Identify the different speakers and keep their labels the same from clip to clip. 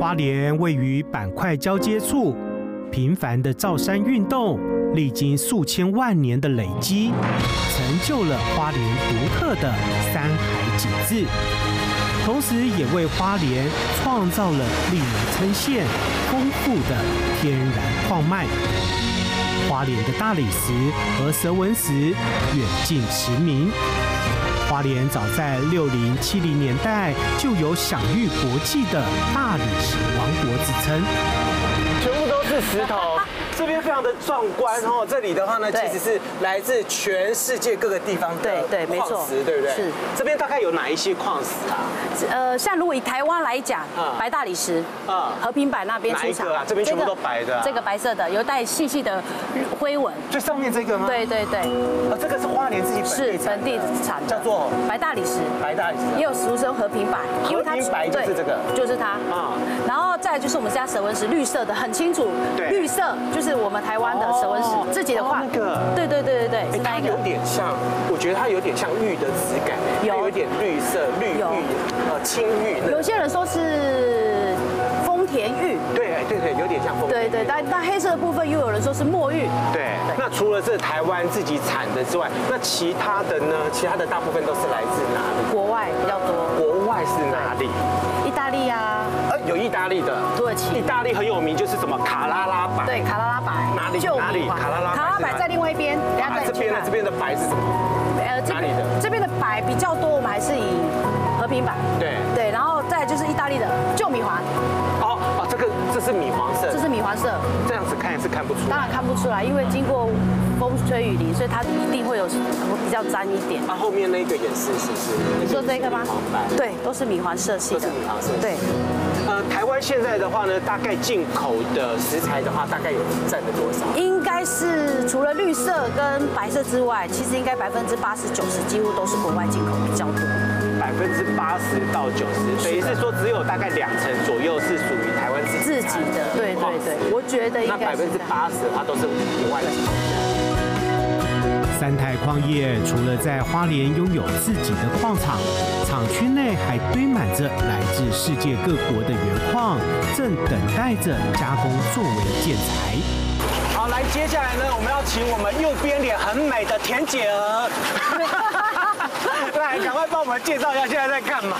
Speaker 1: 花莲位于板块交接处，频繁的造山运动，历经数千万年的累积，成就了花莲独特的山海景致，同时也为花莲创造了令人称羡、丰富的天然矿脉。花莲的大理石和蛇纹石远近驰名。花莲早在六零七零年代就有享誉国际的大理石王国之称。
Speaker 2: 全部都是石头，这边非常的壮观哦。这里的话呢，其
Speaker 3: 对
Speaker 2: 实是来自全世界各个地方的
Speaker 3: 对对没错
Speaker 2: 矿石，对不对？
Speaker 3: 是。
Speaker 2: 这边大概有哪一些矿石啊？
Speaker 3: 呃，像如果以台湾来讲
Speaker 2: 啊，
Speaker 3: 白大理石
Speaker 2: 啊
Speaker 3: 啊，和平板那边
Speaker 2: 哪一
Speaker 3: 出
Speaker 2: 个
Speaker 3: 厂
Speaker 2: 啊这边全部都白的啊
Speaker 3: 这个白色的有带细细的灰纹。
Speaker 2: 最上面这个吗？
Speaker 3: 对对对，
Speaker 2: 啊，这个是花莲自己本
Speaker 3: 是
Speaker 2: 地产
Speaker 3: 本
Speaker 2: 的
Speaker 3: 地产的，
Speaker 2: 叫做
Speaker 3: 白大理石，
Speaker 2: 白大理石啊
Speaker 3: 也。有俗称和平板，
Speaker 2: 和平白就是
Speaker 3: 对
Speaker 2: 这个
Speaker 3: 就是它
Speaker 2: 啊
Speaker 3: 啊。然后再来就是我们家蛇纹石，绿色的很清楚，
Speaker 2: 对
Speaker 3: 绿色就是我们台湾的蛇纹石
Speaker 2: 哦
Speaker 3: 自己的
Speaker 2: 哦
Speaker 3: 矿，
Speaker 2: 那个
Speaker 3: 对对对对对，
Speaker 2: 哎
Speaker 3: 是那
Speaker 2: 它
Speaker 3: 一个
Speaker 2: 有。点像，我觉得它有点像玉的质感，哎
Speaker 3: 有
Speaker 2: 它有一点绿色、绿
Speaker 3: 有
Speaker 2: 玉、呃青玉那
Speaker 3: 有
Speaker 2: 种。
Speaker 3: 些人说是丰田玉，
Speaker 2: 对哎对对，有点像风。
Speaker 3: 对对，但但黑色的部分又有人说是墨玉，
Speaker 2: 对，那除了这台湾自己产的之外，那其他的呢？其他的大部分都是来自哪里？
Speaker 3: 国外比较多，
Speaker 2: 国外是哪里？
Speaker 3: 意大利啊，
Speaker 2: 呃，有意大利的，
Speaker 3: 土耳其
Speaker 2: 意大利很有名，就是什么卡拉拉板。
Speaker 3: 对，卡拉拉白，
Speaker 2: 哪里
Speaker 3: 旧
Speaker 2: 哪里
Speaker 3: 名牌
Speaker 2: 卡拉拉白
Speaker 3: 卡拉拉
Speaker 2: 是哪里
Speaker 3: 白在另外一边，等一下
Speaker 2: 啊，
Speaker 3: 带
Speaker 2: 这
Speaker 3: 你去
Speaker 2: 边的
Speaker 3: 看
Speaker 2: 这。边的白是什么？
Speaker 3: 呃，这
Speaker 2: 哪里
Speaker 3: 边
Speaker 2: 的
Speaker 3: 这边的白比较多，我们还是以和平白。
Speaker 2: 对
Speaker 3: 对，然后再来就是意大利的旧米黄，
Speaker 2: 哦哦，这个这是米黄色
Speaker 3: 这，是米黄色，
Speaker 2: 这样子看也是看不出
Speaker 3: 当
Speaker 2: 来。
Speaker 3: 然看不出来，因为经过风吹雨淋，所以它一定会有比较沾一点。
Speaker 2: 那啊后面那个也是，是不是？那
Speaker 3: 你说这个吗
Speaker 2: 米黄白？
Speaker 3: 对，都是米黄色系
Speaker 2: 都
Speaker 3: 的。
Speaker 2: 是米黄色系
Speaker 3: 对，
Speaker 2: 呃，台湾现在的话呢，大概进口的食材的话，大概有占了多少？
Speaker 3: 应该是除了绿色跟白色之外，其实应该百分之八十九十几乎都是国外进口比较多。
Speaker 2: 百分之八十到九十，等于是说只有大概两成左右是属于台湾自
Speaker 3: 自己的，对对对，我觉得应
Speaker 2: 那
Speaker 3: 该
Speaker 2: 百
Speaker 3: 是
Speaker 2: 分之
Speaker 3: 这样。
Speaker 2: 八十它都是国外进口的。
Speaker 1: 三泰矿业除了在花莲拥有自己的矿场，厂区内还堆满着来自世界各国的原矿，正等待着加工作为建材。
Speaker 2: 好，来，接下来呢，我们要请我们右边脸很美的田姐 儿，来，赶快帮我们介绍一下现在在干嘛？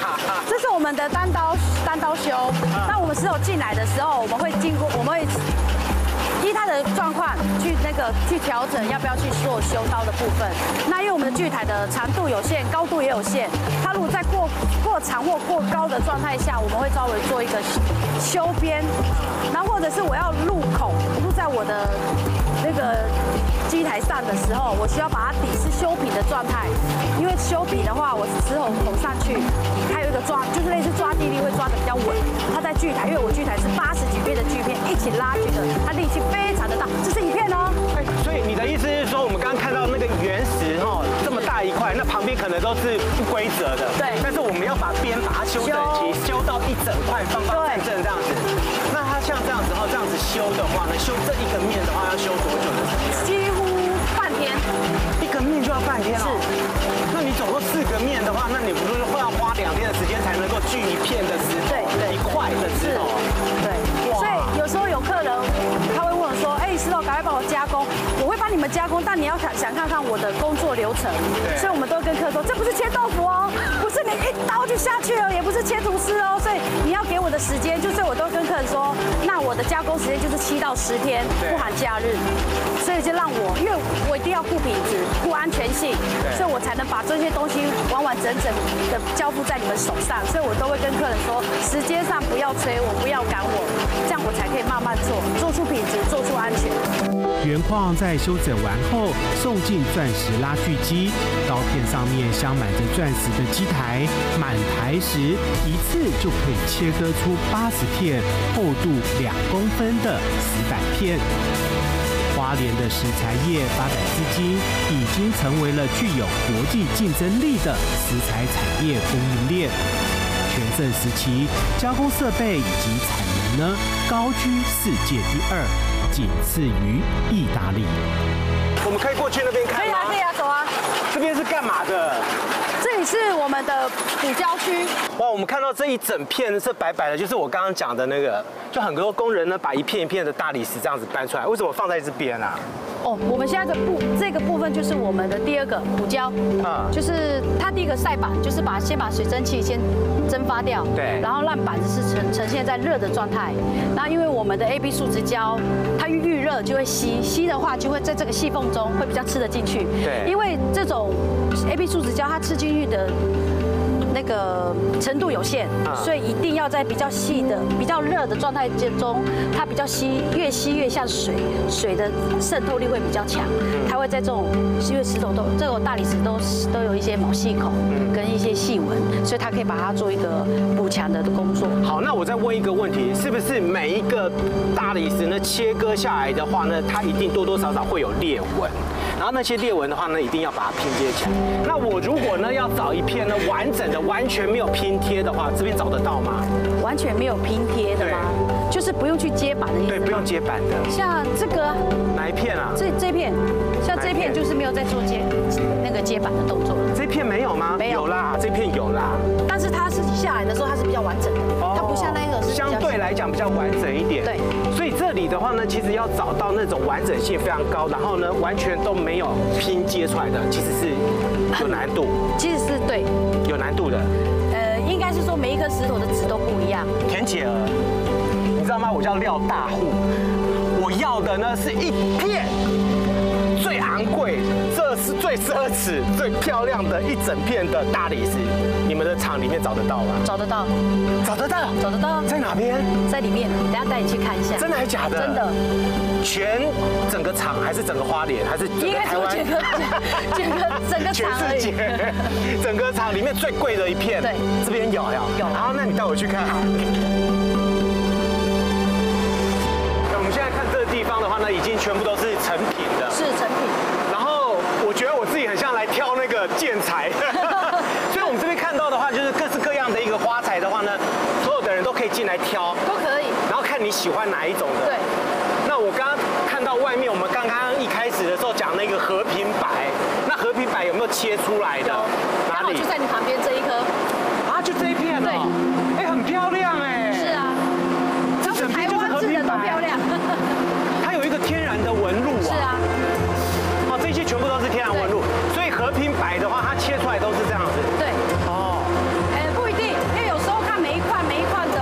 Speaker 3: 这是我们的单刀单刀修。那我们石头进来的时候，我们会经过，我们会依它的状况去那个去调整要不要去做修刀的部分。那因为我们的锯台的长度有限，高度也有限，它如果在过过长或过高的状态下，我们会稍微做一个修边，然后或者是我要入口入在我的那个机台上的时候，我需要把它底是修平的状态，因为修平的话，我石头拱上去，它有一个抓，就是类似抓地力会抓的比较稳。它在锯台，因为我锯台是八十几片的锯片一起拉锯的，它力气非常的大，这是一片哦、
Speaker 2: 哎，所以你的意思是说，我们刚刚看到那个原石哦，这么大一块，那旁边可能都是不规则的，
Speaker 3: 对
Speaker 2: 但是我们要把边把它修整齐，修到一整块方方正正这样子。那它像这样子哦，这样子修的话呢，修这一个面的话要修多久的时间？
Speaker 3: 几乎半天。
Speaker 2: 一个面就要半天哦。那你总共四个面的话，那你不是会要花两天的时间才能够锯一片的石头，
Speaker 3: 对对
Speaker 2: 一块的石头？
Speaker 3: 对，
Speaker 2: 哇
Speaker 3: 所以有时候有客人他会问我说：“哎，石头，赶快帮我加工，我会帮你们加工，但你要想想看看我的工作流程。”
Speaker 2: 对
Speaker 3: 所以我们都会跟客人说，这不是切豆腐哦，不是你一刀就下去了，也不是切吐司哦，所以你要给我的时间，就是我都跟客人说，那我的加工时间就是七到十天，
Speaker 2: 对
Speaker 3: 不含假日。所以就让我，因为我一定要顾品质、顾安全性，所以我才能把这些东西完完整整的交付在你们手上。所以我都会跟客人说，时间上不要催我，不要赶我，这样我才可以慢慢做，做出品质，做出安全。
Speaker 1: 原矿在修整完后送进钻石拉锯机，刀片上面镶满着钻石的机台，满台时一次就可以切割出八十片厚度两公分的石板片。花莲的石材业发展至今，已经成为了具有国际竞争力的石材产业供应链。全盛时期，加工设备以及产能呢，高居世界第二，仅次于意大利。
Speaker 2: 我们可以啊过去那边看吗？
Speaker 3: 啊，走啊。
Speaker 2: 这边是干嘛的？
Speaker 3: 这里是我们的补主郊区。
Speaker 1: 哇，我们看到这一整片是白白的，就是我刚刚讲的那个，就很多工人呢把一片一片的大理石这样子搬出来，为什么放在这边啊？
Speaker 3: 哦，我们现在的部这个部分就是我们的第二个补胶，
Speaker 1: 啊
Speaker 3: 就是它第一个晒板，就是把先把水蒸气先蒸发掉，
Speaker 1: 对
Speaker 3: 然后让板子是呈呈现在热的状态。那因为我们的 A B 树脂胶，它遇热就会吸，吸的话就会在这个细缝中会比较吃得进去，
Speaker 1: 对
Speaker 3: 因为这种 A B 树脂胶它吃进去的。那个程度有限
Speaker 1: 啊，
Speaker 3: 所以一定要在比较细的、比较热的状态之中，它比较吸，越吸越像水，水的渗透力会比较强，
Speaker 1: 嗯
Speaker 3: 它会在这种因为石头都这种大理石都都有一些毛细孔跟一些细纹，所以它可以把它做一个补强的工作。
Speaker 1: 好，那我再问一个问题，是不是每一个大理石呢切割下来的话呢，它一定多多少少会有裂纹，然后那些裂纹的话呢，一定要把它拼接起来。那我如果呢要找一片呢完整的、完全没有拼贴的话，这边找得到吗？
Speaker 3: 完全没有拼贴的吗？就是不用去接板的意
Speaker 1: 对，
Speaker 3: 思
Speaker 1: 不
Speaker 3: 吗
Speaker 1: 用。接板的，
Speaker 3: 像这个啊
Speaker 1: 哪一片啊？
Speaker 3: 这这片，像这片就是没有在做接那个接板的动作了。
Speaker 1: 这片没有吗？
Speaker 3: 没有
Speaker 1: 啦，这片有啦。
Speaker 3: 但是它是下来的时候，它是比较完整的，它不像那个是比较
Speaker 1: 哦相对来讲比较完整一点。
Speaker 3: 对，
Speaker 1: 所以这里的话呢，其实要找到那种完整性非常高，然后呢完全都没有拼接出来的，其实是有难度，
Speaker 3: 其实是对，
Speaker 1: 有难度的。
Speaker 3: 呃，应该是说每一颗石头的质都不一样，
Speaker 1: 田姐儿，你知道吗？我叫廖大户，我要的呢是一片最昂贵、这是最奢侈、最漂亮的一整片的大理石。你们的厂里面找得到吗？
Speaker 3: 找得到，
Speaker 1: 找得到，
Speaker 3: 找得到，
Speaker 1: 在哪边？
Speaker 3: 在里面，等一下带你去看一下，
Speaker 1: 真的还是假的？
Speaker 3: 真的，
Speaker 1: 全整个厂还是整个花莲还是整个
Speaker 3: 应该
Speaker 1: 台
Speaker 3: 是我
Speaker 1: 湾？
Speaker 3: 整个 整个整 个
Speaker 1: 全
Speaker 3: 厂而
Speaker 1: 世
Speaker 3: 已。
Speaker 1: 界，整个厂里面最贵的一片，
Speaker 3: 对
Speaker 1: 这边有呀，
Speaker 3: 有
Speaker 1: 好，那你带我去看。那我们现在看这个地方的话呢，已经全部都是成品的。
Speaker 3: 是成品，
Speaker 1: 然后我觉得我自己很像来挑那个建 材，所以我们这边看到的话，就是各式各样的一个花材的话呢，所有的人都可以进来挑，
Speaker 3: 都可以，
Speaker 1: 然后看你喜欢哪一种的。
Speaker 3: 对，
Speaker 1: 那我刚刚看到外面，我们刚刚一开始的时候讲那个和平白，那和平白有没有切出来的？哪
Speaker 3: 刚好
Speaker 1: 里
Speaker 3: 就？在你旁边这一颗，
Speaker 1: 啊，就这一片哦。哎，很漂亮哎。
Speaker 2: 嗯
Speaker 3: 是。啊，只要是
Speaker 1: 整
Speaker 3: 台
Speaker 1: 片就是
Speaker 3: 湾
Speaker 1: 和
Speaker 3: 制的
Speaker 1: 平
Speaker 3: 都
Speaker 1: 白
Speaker 3: 漂亮，
Speaker 1: 它有一个天然的纹路
Speaker 3: 是
Speaker 1: 啊。
Speaker 3: 啊，
Speaker 1: 哦，这些全部都是天然纹路，所以和平白的话，它切出来都是这样子。
Speaker 3: 对，
Speaker 1: 哦。
Speaker 3: 呃，不一定，因为有时候看每一块每一块的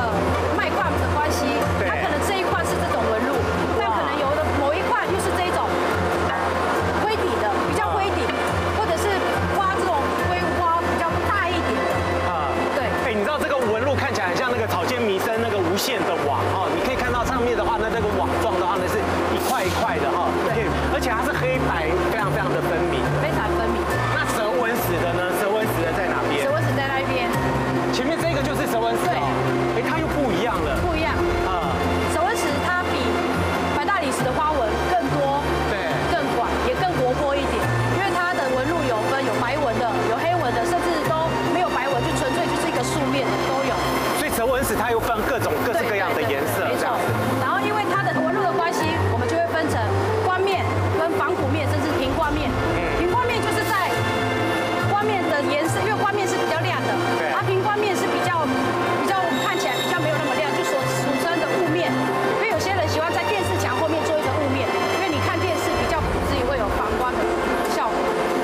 Speaker 3: 卖块的关系，
Speaker 1: 对
Speaker 3: 它可能这一块是这种纹路，那可能有的某一块又是这种灰底的，比较灰底，
Speaker 1: 啊
Speaker 3: 或者是花这种灰花比较大一点的，
Speaker 1: 啊。
Speaker 3: 对。
Speaker 1: 哎，你知道这个纹路看起来很像那个草间弥生那个无限的网哦，你可以看到上面的话，那这个网状的话呢是一块一块的哈、哦，
Speaker 3: 对
Speaker 1: 可以而且它是黑白非常非常的分明。
Speaker 3: 非常分明。
Speaker 1: 那蛇纹石的呢？蛇纹石的在哪边
Speaker 3: 蛇？纹石在那一边
Speaker 1: 前面这个就是蛇纹石哦，哎，它又不一样了
Speaker 3: 不一样，
Speaker 1: 啊、
Speaker 3: 蛇纹石它比白大理石的花纹更多、
Speaker 1: 对
Speaker 3: 更广，也更活泼一点，因为它的纹路有分有白纹的，有黑纹的，甚至都没有白纹，就纯粹就是一个素面的都有。
Speaker 1: 所以蛇纹石它又分各种各式各样的颜色
Speaker 3: 对对对没
Speaker 1: 这
Speaker 3: 错
Speaker 1: 样子。。
Speaker 3: 然后因为它的纹路的关系，我们就会分成冠面、跟仿古面，甚至平冠面。平冠面就是在冠面的颜色，因为冠面是比较亮的，
Speaker 1: 对
Speaker 3: 而平冠面是比较比较看起来比较没有那么亮，就所俗称的雾面。因为有些人喜欢在电视墙后面做一个雾面，因为你看电视比较不至于会有反光的效果。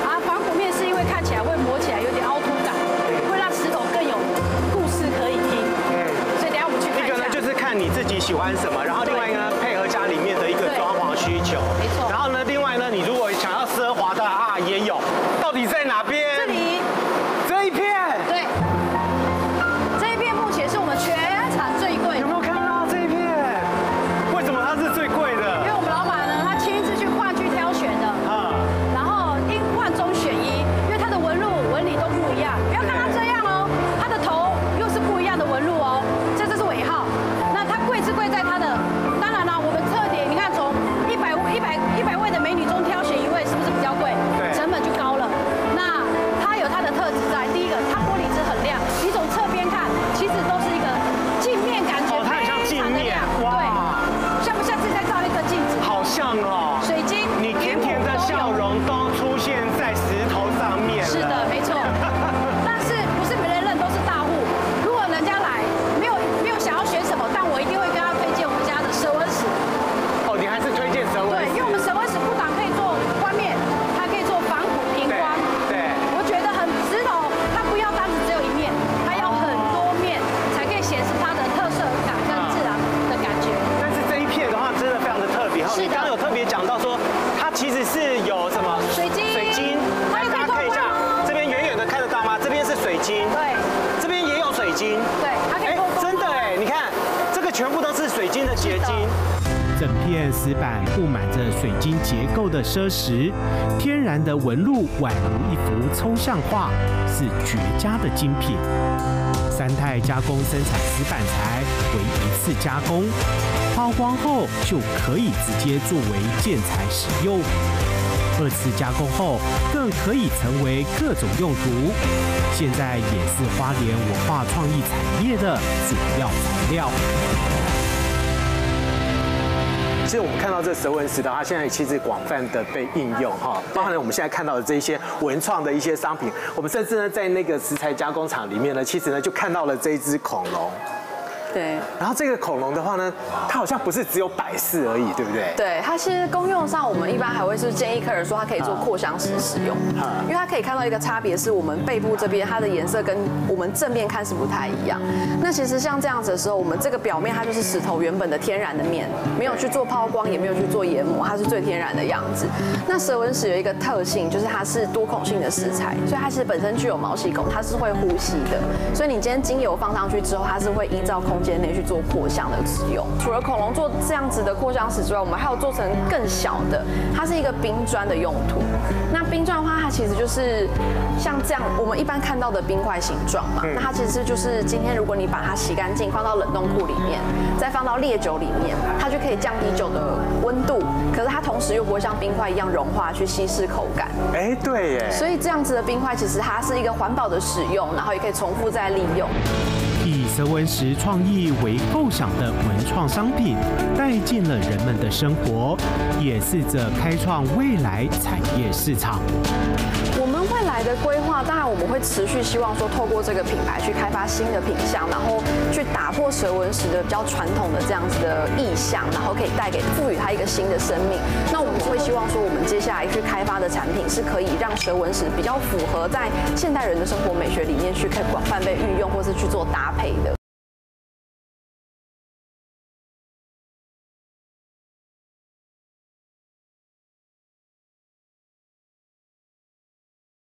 Speaker 3: 啊，仿古面是因为看起来会磨起来有点凹凸感，会让石头更有故事可以听。所以等一下我们去看
Speaker 1: 一
Speaker 3: 一
Speaker 1: 个
Speaker 3: 下。
Speaker 1: 呢就是看你自己喜欢什么，然后另外一个呢配合家里面的一个
Speaker 3: 对
Speaker 1: 装潢需求。
Speaker 3: 没错
Speaker 1: 然后呢，另外呢，你如果想要奢华的啊，也有。到底在哪边？
Speaker 3: 这里，
Speaker 1: 这一片
Speaker 3: 对，这一片目前是我们全场最贵
Speaker 1: 有
Speaker 3: 的，
Speaker 1: 没有看到这一片？为什么它是最贵
Speaker 3: 因为
Speaker 1: 的？
Speaker 3: 我们老板呢，他亲自去换去挑选的，
Speaker 1: 啊，
Speaker 3: 然后一换中选一，因为它的纹路纹理都不一样，不要看它这样哦，它的头又是不一样的纹路哦，这这是尾号，那它贵是贵在它的，当然啦，我们特点，你看从一百一百一百位的美女中挑选一位，是不是比较贵？
Speaker 1: 对
Speaker 3: 成本就高了。那它有它的特质在，第一个，它玻璃质很亮，你从侧边看，其实都是一个镜面感觉
Speaker 1: 哦，它很
Speaker 3: 非
Speaker 1: 像
Speaker 3: 常
Speaker 1: 镜
Speaker 3: 的
Speaker 1: 面
Speaker 3: 亮，，
Speaker 1: 哇，
Speaker 3: 对，像不像是在照一个镜子？
Speaker 1: 好像哦。
Speaker 3: 水晶、
Speaker 1: 你甜甜的笑容都出现在石头上面了。
Speaker 3: 是的，没错。但是不是每个人都是
Speaker 1: 哦
Speaker 2: 其实是有什么
Speaker 4: 水晶
Speaker 2: 水晶，
Speaker 4: 它也可以
Speaker 2: 大家看一
Speaker 4: 透
Speaker 2: 下
Speaker 4: 光啊，
Speaker 2: 这边远远的看得到吗？这边是水晶，
Speaker 4: 对
Speaker 2: 这边也有水晶，
Speaker 4: 对它可以
Speaker 2: 哎
Speaker 4: 透光
Speaker 2: 真的哎，你看这个全部都是水晶的结
Speaker 4: 是
Speaker 2: 晶
Speaker 4: 的。
Speaker 1: 整片石板布满着水晶结构的奢石，天然的纹路宛如一幅抽象画，是绝佳的精品。三泰加工生产石板材为一次加工，抛光后就可以直接作为建材使用。二次加工后更可以成为各种用途，现在也是花莲文化创意产业的主要材料。
Speaker 2: 其实我们看到这蛇纹石雕，它现在其实广泛的被应用哈，包含了我们现在看到的这一些文创的一些商品，我们甚至呢在那个食材加工厂里面呢，其实呢就看到了这一只恐龙。
Speaker 3: 对
Speaker 2: 然后这个恐龙的话呢，它好像不是只有摆饰而已，对不对？
Speaker 3: 对，它其实功用上，我们一般还会是建议客人说，它可以做扩香石使用，因为它可以看到一个差别是我们背部这边它的颜色跟我们正面看是不太一样。那其实像这样子的时候，我们这个表面它就是石头原本的天然的面，没有去做抛光，也没有去做研磨，它是最天然的样子。那蛇纹石有一个特性，就是它是多孔性的石材，所以它其实本身具有毛细孔，它是会呼吸的。所以你今天精油放上去之后，它是会依照空间内去做扩香的使用。除了恐龙做这样子的扩香石之外，我们还有做成更小的，它是一个冰砖的用途。那冰砖的话，它其实就是像这样我们一般看到的冰块形状嘛。那它其实就是今天如果你把它洗干净，放到冷冻库里面，再放到烈酒里面，它就可以降低酒的温度，可是它同时又不会像冰块一样融化去稀释口感。
Speaker 2: 哎，对耶。
Speaker 3: 所以这样子的冰块其实它是一个环保的使用，然后也可以重复再利用。
Speaker 1: 以蛇纹石创意为构想的文创商品，带进了人们的生活，也试着开创未来产业市场。
Speaker 3: 我们未来的规划，当然我们会持续希望说，透过这个品牌去开发新的品相，然后去打破蛇纹石的比较传统的这样子的意象，然后可以带给赋予它一个新的生命。那我们会希望说，我们接下来去开发的产品是可以让蛇纹石比较符合在现代人的生活美学里面去可以广泛被运用，或是去做搭配的。